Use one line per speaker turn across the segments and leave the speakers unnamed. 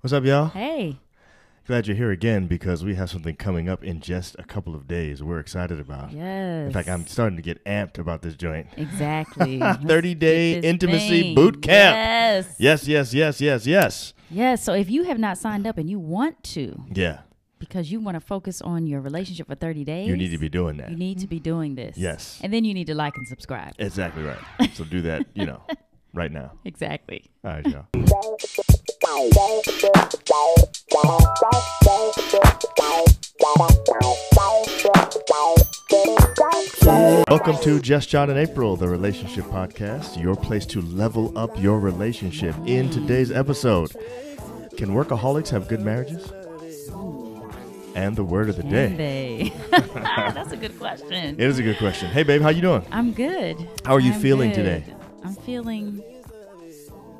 What's up, y'all?
Hey.
Glad you're here again because we have something coming up in just a couple of days we're excited about.
Yes.
In fact, I'm starting to get amped about this joint.
Exactly.
30 day
this
intimacy
thing.
boot camp.
Yes.
Yes, yes, yes, yes, yes.
Yes. So if you have not signed up and you want to,
Yeah,
because you want to focus on your relationship for 30 days,
you need to be doing that.
you need to be doing this.
Yes.
And then you need to like and subscribe.
Exactly right. So do that, you know, right now.
Exactly.
All right, y'all. Welcome to Just John and April, the relationship podcast, your place to level up your relationship. In today's episode, can workaholics have good marriages? And the word of the
Can
day.
they? That's a good question.
It is a good question. Hey, babe, how you doing?
I'm good.
How are you
I'm
feeling
good.
today?
I'm feeling,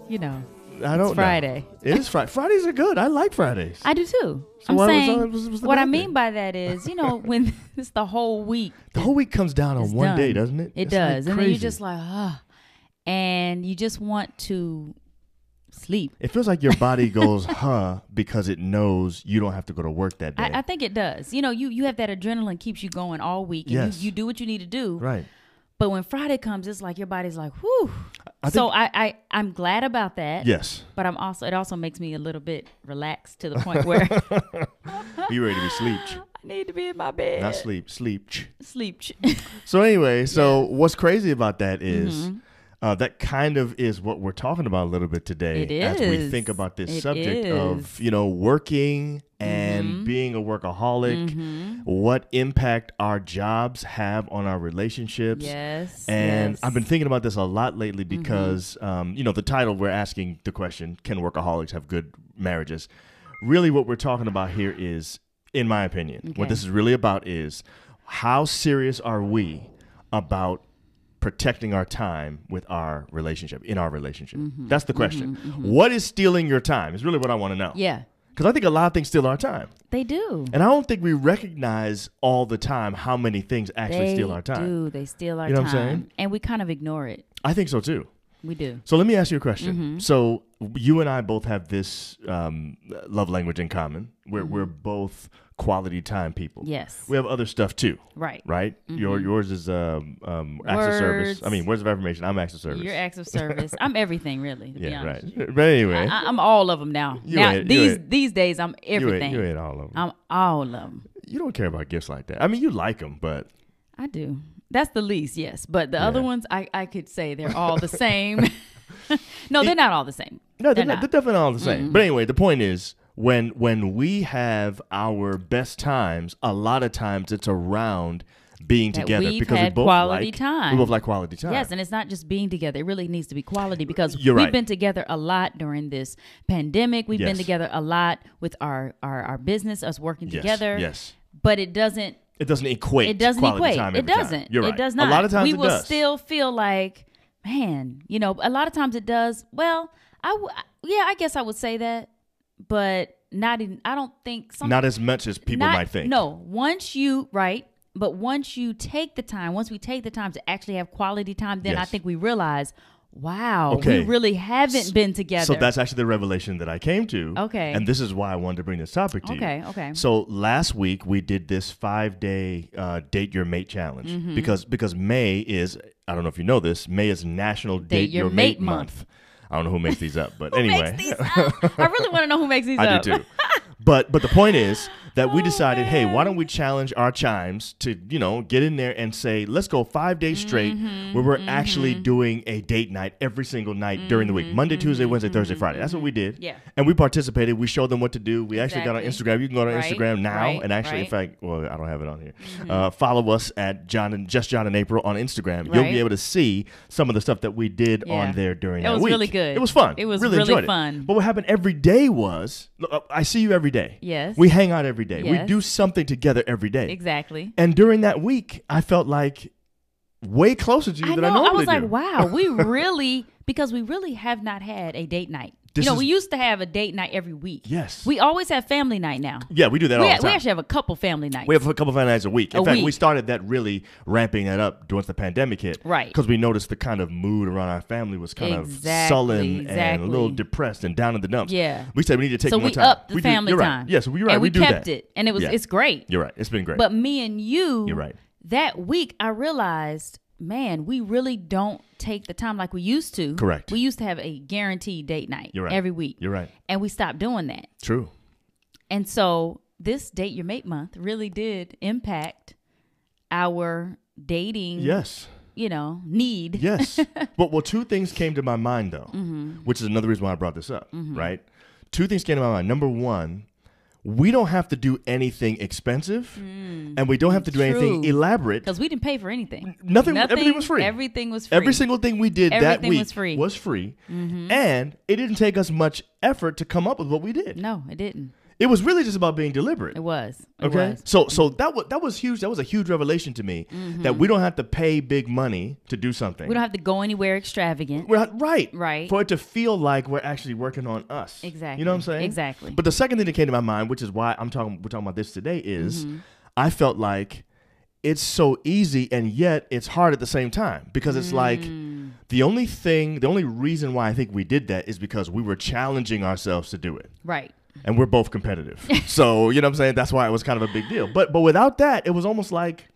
you know,
I don't know.
it's Friday.
It is Friday. Fridays are good. I like Fridays.
I do too.
So
I'm
why was
saying
all- was- was the
what I
bad
mean
thing?
by that is, you know, when it's the whole week.
The whole week comes down on
is
Oh, one
done.
day, doesn't it?
It
Isn't
does, and then
crazy?
you're just like, ah, and you just want to sleep.
It feels like your body goes, huh, because it knows you don't have to go to work that day.
I, I think it does. You know, you you have that adrenaline keeps you going all week, and
Yes.
you, you do what you need to do.
right.
But when Friday comes, it's like your body's like, whew.
I
so I, I I'm glad about that.
Yes.
But I'm also it also makes me a little bit relaxed to the point where I
You ready to be sleeped.
need to be in my bed.
Not sleep, sleep. ch.
Sleep.
So anyway, so what's crazy about that is,
Mm-hmm.
uh, that kind of is what we're talking about a little bit today
It
as we
is.
think about this
It
subject of
is. Mm-hmm.
you know working and being a workaholic, what impact our jobs have on our relationships.
yes.
And
yes. Mm-hmm.
I've been thinking about this a lot lately because, um, you know, the title we're asking the question, can workaholics have good marriages? Really, what we're talking about here is, in my opinion, what
Okay.
this is really about is how serious are we about protecting our time with our relationship, in our relationship?
Mm-hmm.
That's the question. What is stealing your time is really what I want to know.
Yeah.
Because I think a lot of things steal our time.
They do.
And I don't think we recognize all the time how many things actually
they
steal our time.
do. They steal our
You know
time.
what I'm saying?
And we kind of ignore it.
I think so too.
We do.
So let me ask you a question.
Mm-hmm.
So you and I both have this um, love language in common. We're we're both quality time people.
Mm-hmm. Yes.
We have other stuff too,
right.
right? Your yours is um, um, acts of service. I
Words.
mean, words of affirmation. I'm acts of service.
Your acts of service. I'm everything, really. To be
yeah,
honest.
right. But anyway,
I, I'm all of them now.
You
now
ain't- you
these
ain't-
these days, I'm
you ain't
everything.
you ain't all of them.
I'm all of them.
You don't care about gifts like that. I mean, you like them, but
I do. That's the least, yes. But the other
Yeah.
ones, I, I could say they're all the same. no, they're not all the same.
no, they're,
They're
not,
not. Mm-hmm.
they're definitely not all the same. But anyway, the point is. When when we have our best times, a lot of times it's around being
That
together
we've
because we
had
both
quality
like
time.
we both like quality time.
Yes, and it's not just being together. It really needs to be quality because
You're
we've
right.
been together a lot during this pandemic. We've
Yes.
been together a lot with our our, our business, us working
Yes,
together.
Yes.
But it doesn't
It doesn't equate.
it doesn't
quality
equate.
Time
it
every time.
doesn't.
You're right.
It does not.
A lot of times
we
it
will
does.
still feel like, man, you know, a lot of times it does. Well, I w- yeah, I guess I would say that, but not in. I don't think some
not as much as people
not-
might think.
No, once you right, but once you take the time, once we take the time to actually have quality time, then I
Yes.
think we realize, wow,
Okay.
we really haven't been together.
So that's actually the revelation that I came to.
Okay.
And this is why I wanted to bring this topic to you.
Okay, okay.
So last week we did this five day uh, date your mate challenge
Mm-hmm.
because because May is I don't know if you know this May is National Date,
Your Mate Month.
I don't know who makes these up, but
Who
anyway.
makes these up? I really want to know who makes these
I
up. Oh,
do too. But but the point is that we decided, hey, why don't we challenge our chimes to you know get in there and say let's go five days straight
Mm-hmm,
where we're actually doing a date night every single night during the week, Monday, Tuesday, Wednesday, Thursday, Friday. That's what we did.
Mm-hmm, Yeah.
And we participated. We showed them what to do. We actually got
Exactly.
on Instagram. You can go to
Right,
Instagram now
right,
and actually, in
right. Mm-hmm.
fact, well, I don't have it on here. Uh, follow us at John and just John and April on Instagram. You'll
Right.
be able to see some of the stuff that we did on
Yeah.
there during
It
that
was
week.
really good.
It was fun.
It was
really,
really
enjoyed it.
fun.
But what happened every day was look, uh, I see you every day.
Yes.
We hang out every day. We
Yes.
do something together every day.
Exactly.
And during that week, I felt like way closer to you
I
than
know.
I normally
was like,
do.
wow, we really because we really have not had a date night.
This
you know,
is-
we used to have a date night every week.
Yes.
We always have family night now.
yeah, we do that
We,
all
ha-
the
we
time.
actually have a couple family nights.
We have a couple of nights a week. In
A
fact, we
week.
started that really ramping that up once the pandemic hit.
Right.
Because we noticed the kind of mood around our family was kind of
Exactly,
sullen and a
exactly.
little depressed and down in the dumps.
Yeah.
We said we need to take
so
more
we
time.
upped the
We do-
family
you're
time.
Right. Yes, we, you're right.
And we,
do
kept
that.
it, and it was
Yeah.
it's great.
You're right. It's been great.
But me and you,
You're right.
That week, I realized, man, we really don't take the time like we used to.
Correct.
We used to have a guaranteed date night
You're right.
every week,
you're right.
and we stopped doing that.
True.
And so this date your mate month really did impact our dating,
Yes.
you know, need.
Yes. but well, two things came to my mind though,
Mm-hmm.
which is another reason why I brought this up. Right. Two things came to my mind. Number one, we don't have to do anything expensive, and we don't have to do anything
Mm. True.
elaborate.
Because we didn't pay for anything.
Nothing- everything was free.
Everything was free.
Every single thing we did that
Everything
week
was free. Mm-hmm.
free, and it didn't take us much effort to come up with what we did.
no, it didn't.
It was really just about being deliberate.
It was. It
Okay,
was. Mm-hmm.
so so that was that was huge. That was a huge revelation to me that we don't have to pay big money to do something.
We don't have to go anywhere extravagant.
We're not- right,
Right.
For it to feel like we're actually working on us.
Exactly.
You know what I'm saying?
Exactly.
But the second thing that came to my mind, which is why I'm talking, we're talking about this today, is
Mm-hmm.
I felt like it's so easy and yet it's hard at the same time because it's
Mm.
like the only thing, the only reason why I think we did that is because we were challenging ourselves to do it.
Right.
And we're both competitive. so, you know what I'm saying? That's why it was kind of a big deal. But but without that, it was almost like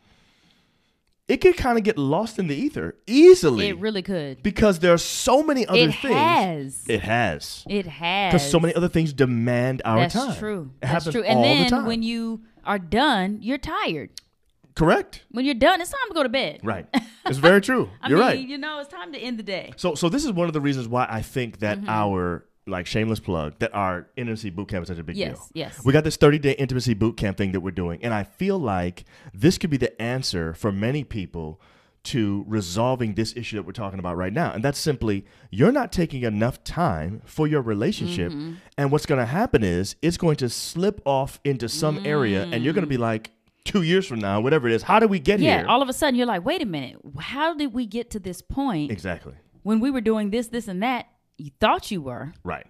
it could kind of get lost in the ether easily
It really could.
because there are so many other
It
things.
has.
It has.
It has.
Because so many other things demand our
That's
time.
true.
It
That's
happens
true. And
all
then
the time.
when you are done, you're tired.
Correct.
When you're done, it's time to go to bed.
Right. It's very true.
I
You're
mean,
right.
you know, it's time to end the day.
So so this is one of the reasons why I think that
Mm-hmm.
our like shameless plug that our intimacy boot camp is such a big
Yes,
deal.
yes.
We got this 30 day intimacy boot camp thing that we're doing, and I feel like this could be the answer for many people to resolving this issue that we're talking about right now. And that's simply you're not taking enough time for your relationship.
Mm-hmm.
And what's gonna happen is it's going to slip off into some area and you're gonna be like two years from now, whatever it is, how did we get
Mm. Yeah.
here?
All of a sudden, you're like, wait a minute. How did we get to this point
exactly.
when we were doing this, this, and that? You thought you were,
Right.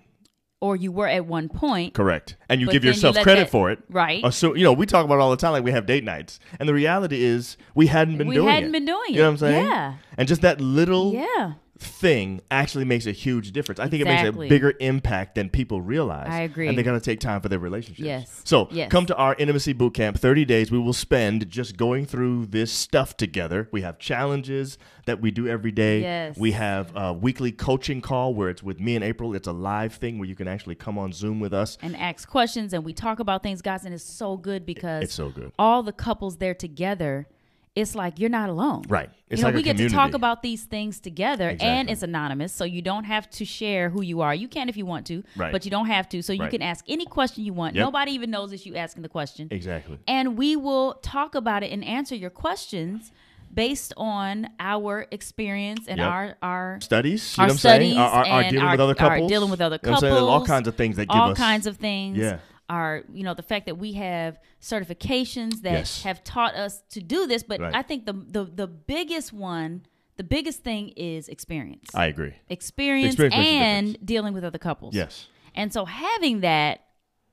or you were at one point.
Correct. And you
But
give
then you
yourself
let
credit
that-
for it.
Right.
Assume, you know, we talk about it all the time like we have date nights. And the reality is we hadn't been
We
doing it.
hadn't been doing
You know what I'm
it.
saying?
Yeah.
And just that little
Yeah.
thing actually makes a huge difference. I think it makes a
Exactly.
bigger impact than people realize.
I agree.
And they got to take time for their relationships.
Yes.
So
Yes.
come to our intimacy boot camp. 30 days we will spend just going through this stuff together. We have challenges that we do every day.
Yes.
We have a weekly coaching call where it's with me and April. It's a live thing where you can actually come on Zoom with us.
And ask questions, and we talk about things, guys, and it's so good because
It's so good.
all the couples there together, it's like you're not alone.
Right. It's
you know,
like a
we get
community.
to talk about these things together and
Exactly.
it's anonymous, so you don't have to share who you are. You can if you want to,
Right.
but you don't have to. So you
Right.
can ask any question you want.
Yep.
Nobody even knows it's you asking the question.
Exactly.
And we will talk about it and answer your questions based on our experience and
Yep.
our our
Studies, you
our
know what I'm
studies
saying? Are, are, are
and
dealing
our,
with other
our
couples.
dealing with other
You know what I'm
couples,
saying? There's all kinds of things that give
all
us
kinds of things.
Yeah.
Are you know the fact that we have certifications that
Yes.
have taught us to do this, but
Right.
I think the, the the biggest one, the biggest thing is experience,
I agree.
experience,
Experience makes a
and dealing with other couples.
Yes.
and so having that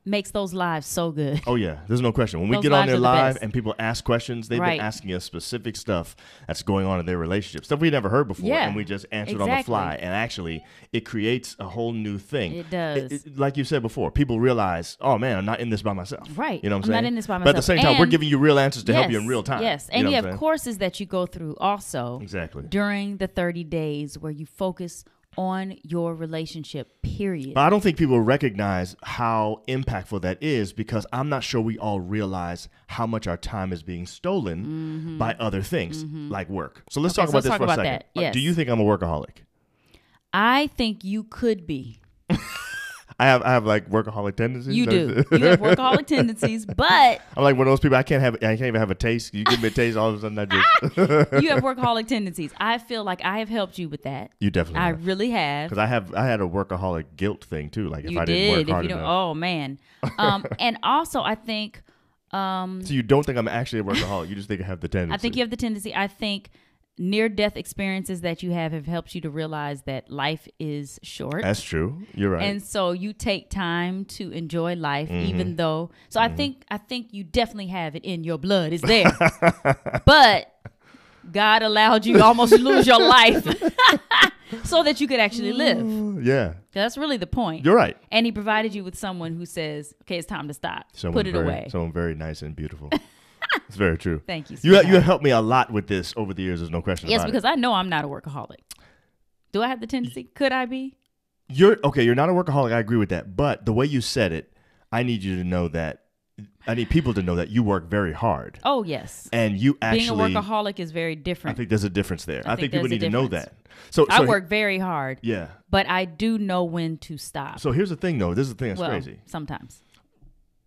makes those lives so good.
Oh yeah, there's no question. When we
Those
get on
lives
there
are the
live
best.
and people ask questions, they've
Right.
been asking us specific stuff that's going on in their relationship, stuff we never heard before,
Yeah,
and we just answered on the
exactly.
fly. And actually, it creates a whole new thing.
It does.
it- like you said before, people realize, oh man, I'm not in this by myself.
Right.
You know what I'm
I'm
saying?
not in this by
But at the
myself.
same time, we're
And-
giving you real answers to help you
Yes,
in real time.
Yes,
you
and
know
you
what I'm
have
saying?
courses that you go through also.
Exactly.
during the 30 days where you focus on your relationship period
But I don't think people recognize how impactful that is because I'm not sure we all realize how much our time is being stolen by other things like work. So let's
Mm-hmm. Okay,
talk
so
about
let's
this
talk
for a
about
second.
that.
Uh, Do
Yes.
you think I'm a workaholic?
i think you could be
I have I have like workaholic tendencies.
you do
That's it.
you have workaholic tendencies but
I'm like one of those people. I can't have. I can't even have a taste. You give me a taste, all of a sudden I just.
you have workaholic tendencies i feel like i have helped you with that
you definitely.
i
have.
really have
Because I have I had a workaholic guilt thing too. Like if
you
I didn't
did
work hard
if you don't
enough.
oh man um and also i think um
So you don't think I'm actually a workaholic? You just think I have the tendency.
i think you have the tendency i think near death experiences that you have have helped you to realize that life is short.
That's true. You're right. Mm-hmm.
And so you take time to enjoy life, even though. So I think I think you definitely have it in your blood. It's there, but God allowed you to almost lose your life so that you could actually live.
yeah,
That's really the point.
Mm. you're right.
and he provided you with someone who says, "Okay, it's time to stop.
Someone
Put it
very,
away."
Someone very nice and beautiful. it's very true.
Thank you.
You ha- you
sweetheart.
have helped me a lot with this over the years. There's no question
yes,
about
because I know I'm not a workaholic. Do I have the tendency? Could I be?
it. You're okay. You're not a workaholic. I agree with that. But the way you said it, I need you to know that. I need people to know that you work very hard
Oh yes.
and you actually.
Being a workaholic is very
I
different.
think there's a difference there. I,
I
think,
think
people
there's
need
a
to know that.
difference.
So,
I
so he-
work very hard,
Yeah.
but I do know when to stop.
So here's the thing, though. This is the thing that's
well,
crazy.
sometimes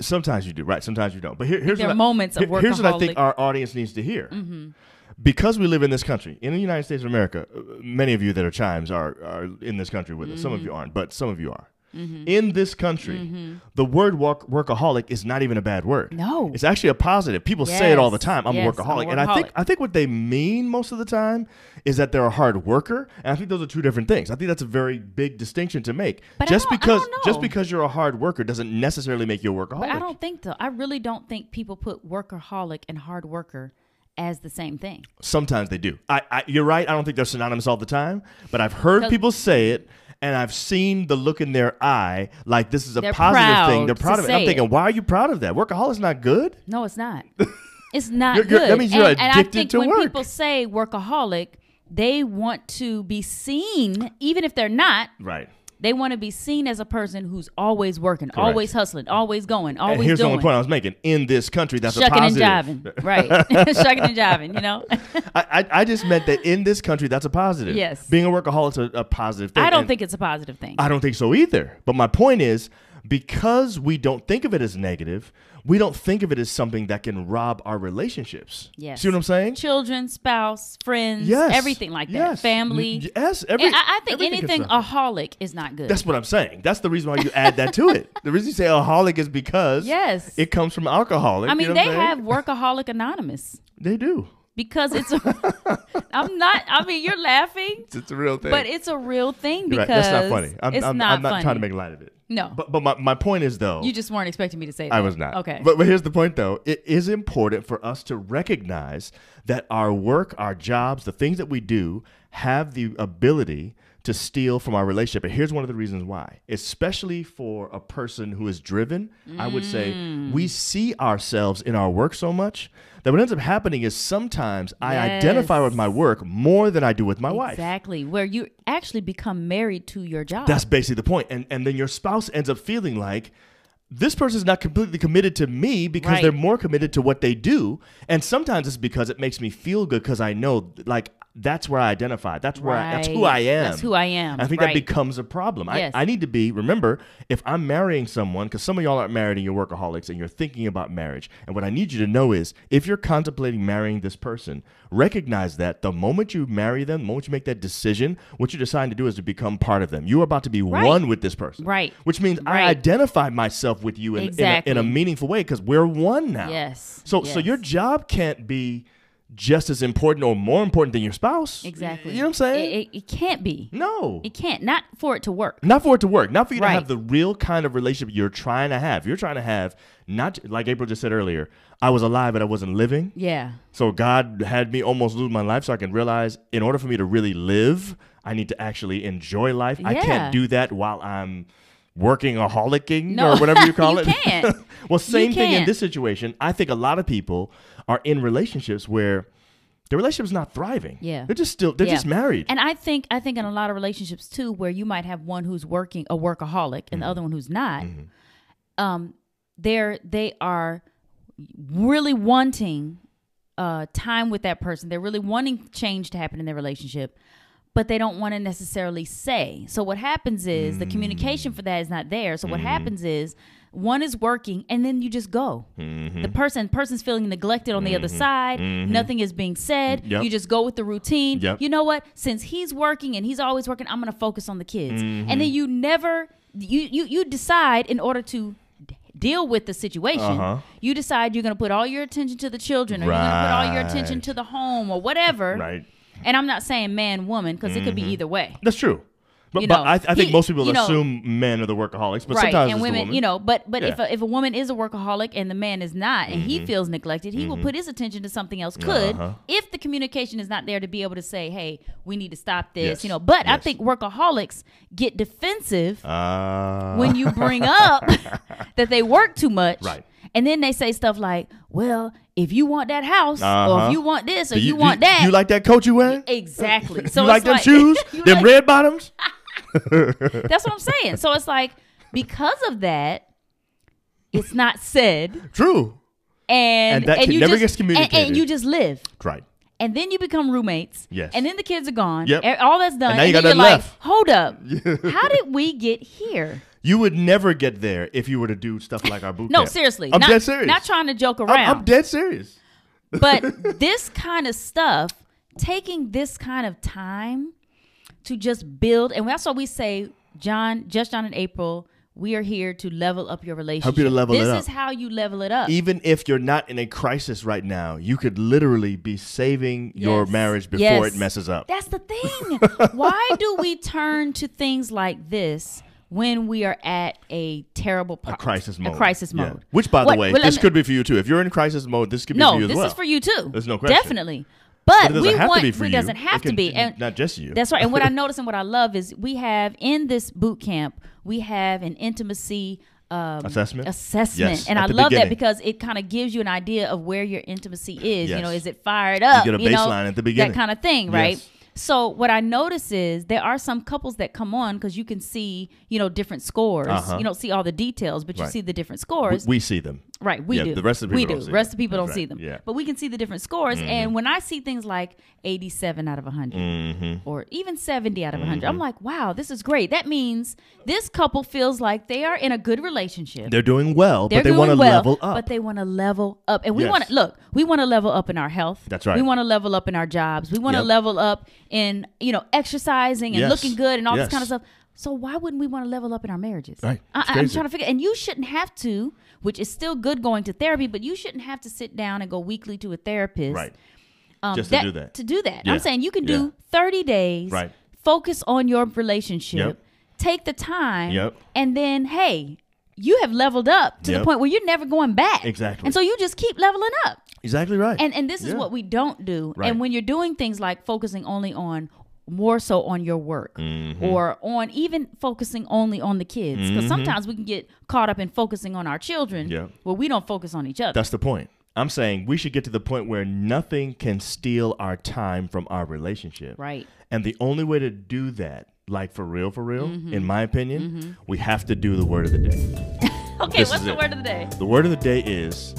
Sometimes you do, right? Sometimes you don't. But here, here's
there
what
are moments of
here- Here's what I think
workaholic-
our
Mm-hmm.
audience needs to hear. Because we live in this country, in the United States of America, uh, many of you that are chimes are, are in this country with us. Some
Mm-hmm.
of you aren't, but some of you are. In this country, the word work, workaholic is not even a bad word.
No.
it's actually a positive. People say it all the
Yes.
time. I'm
Yes,
a
I'm a
workaholic, and I think
workaholic.
I think what they mean most of the time is that they're a hard worker, and I think those are two different things. I think that's a very big distinction to make.
But I
just
don't- I
because
don't
just
know.
because you're a hard worker doesn't necessarily make you a workaholic.
but I don't think though. I really don't think people put workaholic and hard worker as the same thing.
Sometimes they do. I, I, you're right. I don't think they're synonymous all the time, but I've heard
'Cause-
people say it, and I've seen the look in their eye, like this is a
They're
positive thing.
proud
They're proud
to
of it. I'm
say
thinking,
it.
why are you proud of that? Workaholic's not good.
No, it's not. It's not
You're-
good.
you're- that means you're
and, and I
addicted
think
to
when
work.
people say workaholic, they want to be seen, even if they're not.
Right.
They want to be seen as a person who's always working, always hustling, always going, always
And here's the
doing.
only point I was making. In this country, that's a
Shucking and
positive.
jiving, right? Shucking and jiving, you know.
I, I, I just meant that in this country, that's a positive.
Yes.
Being a workaholic's a, a positive thing.
I don't
and-
think it's a positive thing.
I don't think so either. But my point is because we don't think of it as negative, we don't think of it as something that can rob our relationships.
Yes.
See what I'm saying?
Children, spouse, friends,
Yes.
everything like that,
Yes.
family.
N- Yes. Every,
And I, I think
everything can
anything
suffer.
aholic is not good.
That's what I'm saying. That's the reason why you add that to it. The reason you say alcoholic is because
Yes.
it comes from alcoholic.
I
you
mean,
know what
they
I'm
have
saying?
workaholic anonymous.
They do.
because it's a, I'm not I mean you're laughing
It's, it's a real thing.
but it's a real thing
You're
because
right. That's not funny. I'm,
it's
I'm,
not,
I'm not
funny.
trying to make light of it.
No.
But, but my, my point is, though.
you just weren't expecting me to say that.
I was not.
Okay.
But, but here's the point, though. It is important for us to recognize that our work, our jobs, the things that we do have the ability to steal from our relationship. And here's one of the reasons why, especially for a person who is driven, I would say
Mm.
we see ourselves in our work so much that what ends up happening is sometimes I identify with my work more than I do with my wife.
exactly. Where you actually become married to your job.
That's basically the point. And and then your spouse ends up feeling like this person's not completely committed to me because
Right.
they're more committed to what they do. And sometimes it's because it makes me feel good because I know like that's where I identify. That's where I, that's who
Right.
I am.
That's who I am.
I think that
Right.
becomes a problem.
Yes.
I, I need to be, remember, if I'm marrying someone, because some of y'all aren't married and you're workaholics and you're thinking about marriage. And what I need you to know is if you're contemplating marrying this person, recognize that the moment you marry them, the moment you make that decision, what you're deciding to do is to become part of them. You are about to be
Right.
one with this person.
Right.
Which means I
Right.
identify myself with you in, in a- in, a,
Exactly.
meaningful way because we're one now.
Yes.
So, so
Yes.
your job can't be just as important or more important than your spouse.
exactly.
You know what I'm saying? Mm.
It, it, it can't be.
no.
It can't. Not for it to work.
Not for it to work. Not for you to
Right.
have the real kind of relationship you're trying to have. You're trying to have not like April just said earlier. I was alive and I wasn't living.
Yeah.
So God had me almost lose my life so I can realize in order for me to really live, I need to actually enjoy life. I
Yeah.
can't do that while I'm working a holicking
No.
or whatever you call
You
it.
can't.
well, same thing in
can't.
this situation. I think a lot of people are in relationships where the relationship's not thriving.
Yeah.
They're just still they're
Yeah.
just married.
And I think I think in a lot of relationships too, where you might have one who's working a workaholic
Mm-hmm.
and the other one who's not, um, they're they are really wanting uh, time with that person. They're really wanting change to happen in their relationship, but they don't want to necessarily say. So what happens is the
Mm.
communication for that is not there. So what
Mm-hmm.
happens is one is working and then you just go.
Mm-hmm.
The person person's feeling neglected on the other side. Nothing is being said.
Yep.
You just go with the routine.
Yep.
You know what? Since he's working and he's always working, I'm going to focus on the kids. And
Mm-hmm.
then you never you you you decide in order to d- deal with the situation.
Uh-huh.
You decide you're going to put all your attention to the children or you're going to put all your attention
Right.
to the home or whatever.
right. Mm-hmm.
And I'm not saying man, woman, because it could be either way.
That's true. But,
You
but
know,
I, I think
he-
most people
you know-
assume men are the workaholics, but
right.
sometimes
And
it's
women,
the woman.
you know, but but if,
Yeah. Mm-hmm.
a, if a woman is a workaholic and the man is not and he feels neglected, he will put his attention to something else. Could
Uh-huh.
if the communication is not there to be able to say, hey, we need to stop this,
Yes.
you know. But I
Yes.
think workaholics get defensive
Ah.
when you bring up that they work too much.
Right.
And then they say stuff like, well, if you want that house, or
Uh-huh.
if you want this, or
Do
you,
do
want that.
You like that coat you wearing?
Exactly. So
you like
it's
them shoes?
you
them
like-
red bottoms?
That's what I'm saying. So it's like because of that, it's not said,
True.
and
And that can-
you
never
just,
gets
and- And,
communicated.
you just live,
Right.
and then you become roommates.
Yes.
And then the kids are gone.
Yep.
and All that's done.
And now you
and
got
then
nothing
you're
left.
like, hold up, how did we get here?
You would never get there if you were to do stuff like our boot
No,
camp.
seriously.
I'm
not,
dead serious.
Not trying to joke
I'm- I'm
around.
dead serious.
but this kind of stuff, taking this kind of time to just build, and that's why we say, John, just John and April, we are here to level up your relationship.
level
this
it up.
is how you level it up.
even if you're not in a crisis right now, you could literally be saving your
Yes.
marriage before
Yes.
it messes up.
That's the thing. Why do we turn to things like this when we are at a terrible pro-
A crisis mode.
A crisis
Yeah.
mode.
Which, by the
What-
way,
well, let
this
me-
could be for you too. If you're in crisis mode, this could be
no.
for you as
this
well.
is for you too.
There's no question.
Definitely. But,
But it doesn't
we
have
want.
to be for
it
you.
doesn't have
It can-
to be. And
not just you.
That's right. And what I notice and what I love is we have in this boot camp, we have an intimacy um,
Assessment?
Assessment.
Yes,
and
at
I
the
love
beginning.
that because it kind of gives you an idea of where your intimacy is.
Yes.
You know, is it fired up?
get a
know,
baseline at the beginning.
That kind of thing, right?
Yes.
So what I notice is there are some couples that come on because you can see, you know, different scores.
Uh-huh.
You don't see all the details, but you
Right.
see the different
we,
scores.
we see them.
Right, we
Yeah,
do.
the rest of the
we
people
do.
don't see
rest
them.
of the people
That's
don't see
right.
them.
Yeah. Mm-hmm.
But we can see the different scores. And when I see things like 87 out of 100
Mm-hmm.
or even 70 out of 100, I'm like, wow, this is great. That means this couple feels like they are in a good relationship.
They're doing well,
They're
but they
doing
want to
well,
level up.
But they want to level up. And we
Yes.
want to look, we want to level up in our health.
That's right.
We want to level up in our jobs. We want to
Yep.
level up in, you know, exercising and
Yes.
looking good and all this
Yes.
kind of stuff. So why wouldn't we want to level up in our marriages?
Right.
I,
It's
I'm
crazy.
trying to figure and you shouldn't have to, which is still good going to therapy, but you shouldn't have to sit down and go weekly to a therapist.
right.
Um,
Just to do that.
To do that.
Yeah.
I'm saying you can
Yeah.
do 30 days.
Right.
Focus on your relationship.
Yep.
Take the time.
Yep.
And then, hey, you have leveled up to the
Yep.
point where you're never going back.
Exactly.
And so you just keep leveling up.
Exactly right.
And and this is
Yeah.
what we don't do.
Right.
And when you're doing things like focusing only on more so on your work
Mm-hmm.
or on even focusing only on the kids because sometimes we can get caught up in focusing on our children
Yep.
well we don't focus on each other
That's the point. I'm saying we should get to the point where nothing can steal our time from our relationship.
right
And the only way to do that, like for real, for real,
Mm-hmm.
in my opinion, we have to do the word of the day.
okay
This
what's
is
the
it.
word of the day
The word of the day is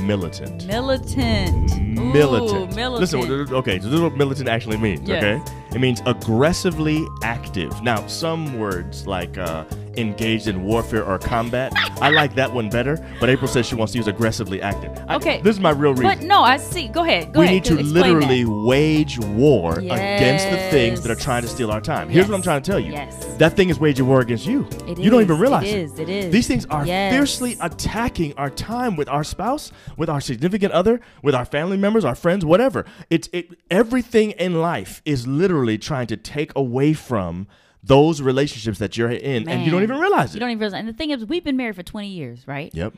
militant.
Militant.
Militant.
Ooh, militant.
Listen, okay, so this is what militant actually means,
Yes.
okay? It means aggressively active. Now, some words like uh, engaged in warfare or combat, I like that one better, but April says she wants to use aggressively active. I-
Okay.
this is my real reason.
but no, I see. Go ahead. Go
we
ahead.
need to
Explain
literally
that.
wage war against the things that are
Yes.
trying to steal our time. Here's what I'm
Yes.
trying to tell you.
Yes.
That thing is waging war against you.
It
you don't
is.
even realize
It is. It is.
These things are
Yes.
fiercely attacking our time with our spouse, with our significant other, with our family members, our friends, whatever. It's it everything in life is literally trying to take away from those relationships that you're in and you don't
Man.
even realize it.
You don't even realize. And the thing is, we've been married for 20 years, right?
yep.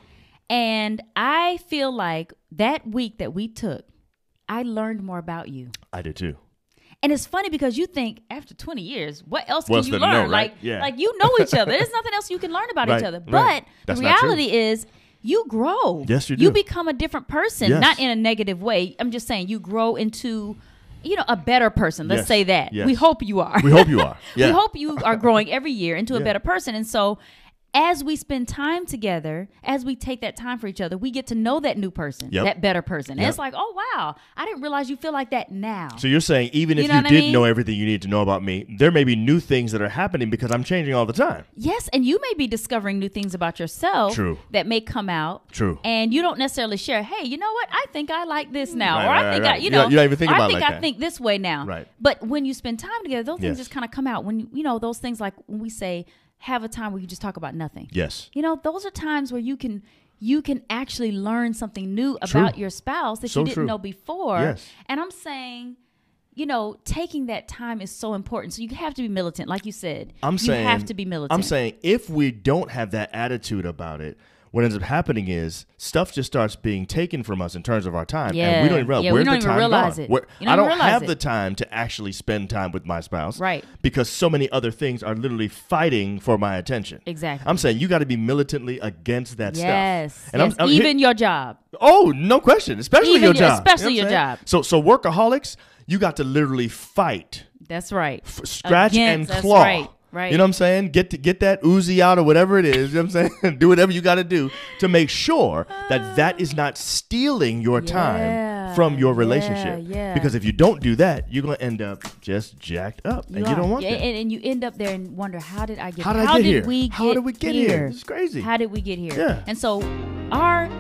And I feel like that week that we took, I learned more about you.
I did too.
And it's funny because you think after 20 years, what else
What
can
else
you
there to know,
learn?
right?
Like,
Yeah.
like you know each other. There's nothing else you can learn about
Right,
each other. But
right.
the
That's not true.
reality is, you grow.
Yes, you do.
You become a different person,
Yes.
not in a negative way. I'm just saying you grow into, you know, a better person. Let's
Yes,
say that.
yes.
We hope you are.
We hope you are. Yeah.
We hope you are growing every year into a
Yeah.
better person. And so, as we spend time together, as we take that time for each other, we get to know that new person,
Yep.
that better person. And
Yep.
it's like, oh, wow, I didn't realize you feel like that now.
So you're saying even
You
if
know
you
what I
did
mean?
know everything you need to know about me, there may be new things that are happening because I'm changing all the time.
yes, and you may be discovering new things about yourself
True.
that may come out.
True.
And you don't necessarily share, hey, you know what? I think I like this now.
Right,
or
right,
I think
right,
I,
right.
you
You don't-
know,
you don't even think
or
about
I
it
think
like
I
that.
think this way now.
Right.
But when you spend time together, those
Yes.
things just kind of come out. When, you- you know, those things like when we say, have a time where you just talk about nothing.
Yes.
you know those are times where you can you can actually learn something new
True.
about your spouse that
So
you didn't
true.
know before
Yes.
and i'm saying you know, taking that time is so important. So you have to be militant, like you said.
I'm
you
saying
have to be militant.
I'm saying if we don't have that attitude about it, what ends up happening is stuff just starts being taken from us in terms of our time, and we
Yeah.
don't even realize
Yeah, we
where's
don't
the
even
time
realize
gone?
it.
Where-
You don't
I
even
don't
realize
have
it.
the time to actually spend time with my spouse,
Right.
Because so many other things are literally fighting for my attention.
Exactly.
I'm saying you got to be militantly against that
yes.
stuff. And I'm-
yes.
I'm, hit-
even your job.
Oh, no question. Especially
Even
your
your-
job.
especially
what
your
I'm
job.
saying? So so workaholics, you got to literally fight,
That's right.
f- scratch
Against-
and
that's
claw.
right, right.
You know what I'm saying? Get to, get that Uzi out or whatever it is. You know what I'm saying? do whatever you got to do to make sure that that is not stealing your time
Yeah,
from your
yeah,
relationship.
yeah.
Because if you don't do that, you're gonna end up just jacked up, and you
are.
don't want
Yeah,
that.
And, and you end up there and wonder how did I get
How did
here?
I get here?
we
How did we get here? This is crazy.
How did we get here?
Yeah.
And so our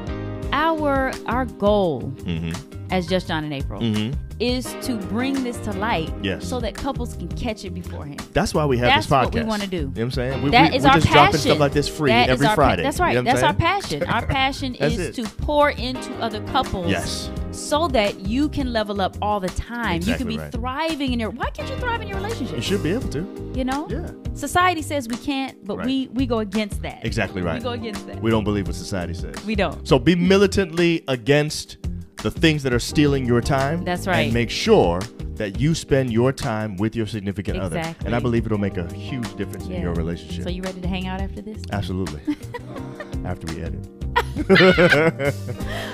our our goal
mm-hmm.
as Just John and April
Mm-hmm.
is to bring this to light
Yes.
so that couples can catch it beforehand.
That's why we have
That's
this podcast.
what we wanna do.
You know what I'm saying? We,
That
we,
is
we're
our
just dropping
passion.
stuff like this free
That is
every
our pa-
Friday.
that's right.
You know what I'm
that's our
saying?
passion. Our passion
That's
is
it.
to pour into other couples.
Yes.
So that you can level up all the time.
Exactly
you can be
right.
thriving in your. Why can't you thrive in your relationship?
You should be able to.
You know?
Yeah.
Society says we can't, but
Right.
we we go against that.
Exactly right.
We go against that.
We don't believe what society says.
We don't.
So be militantly against the things that are stealing your time.
That's right.
And make sure that you spend your time with your significant other.
Exactly.
And I believe it'll make a huge difference in
Yeah.
your relationship.
So you ready to hang out after this?
Absolutely. After we edit.
All right,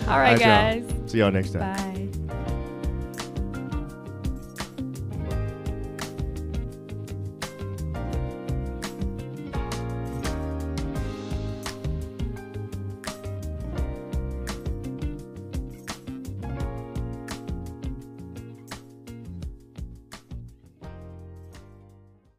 All right,
guys.
y'all. See y'all next time.
Bye.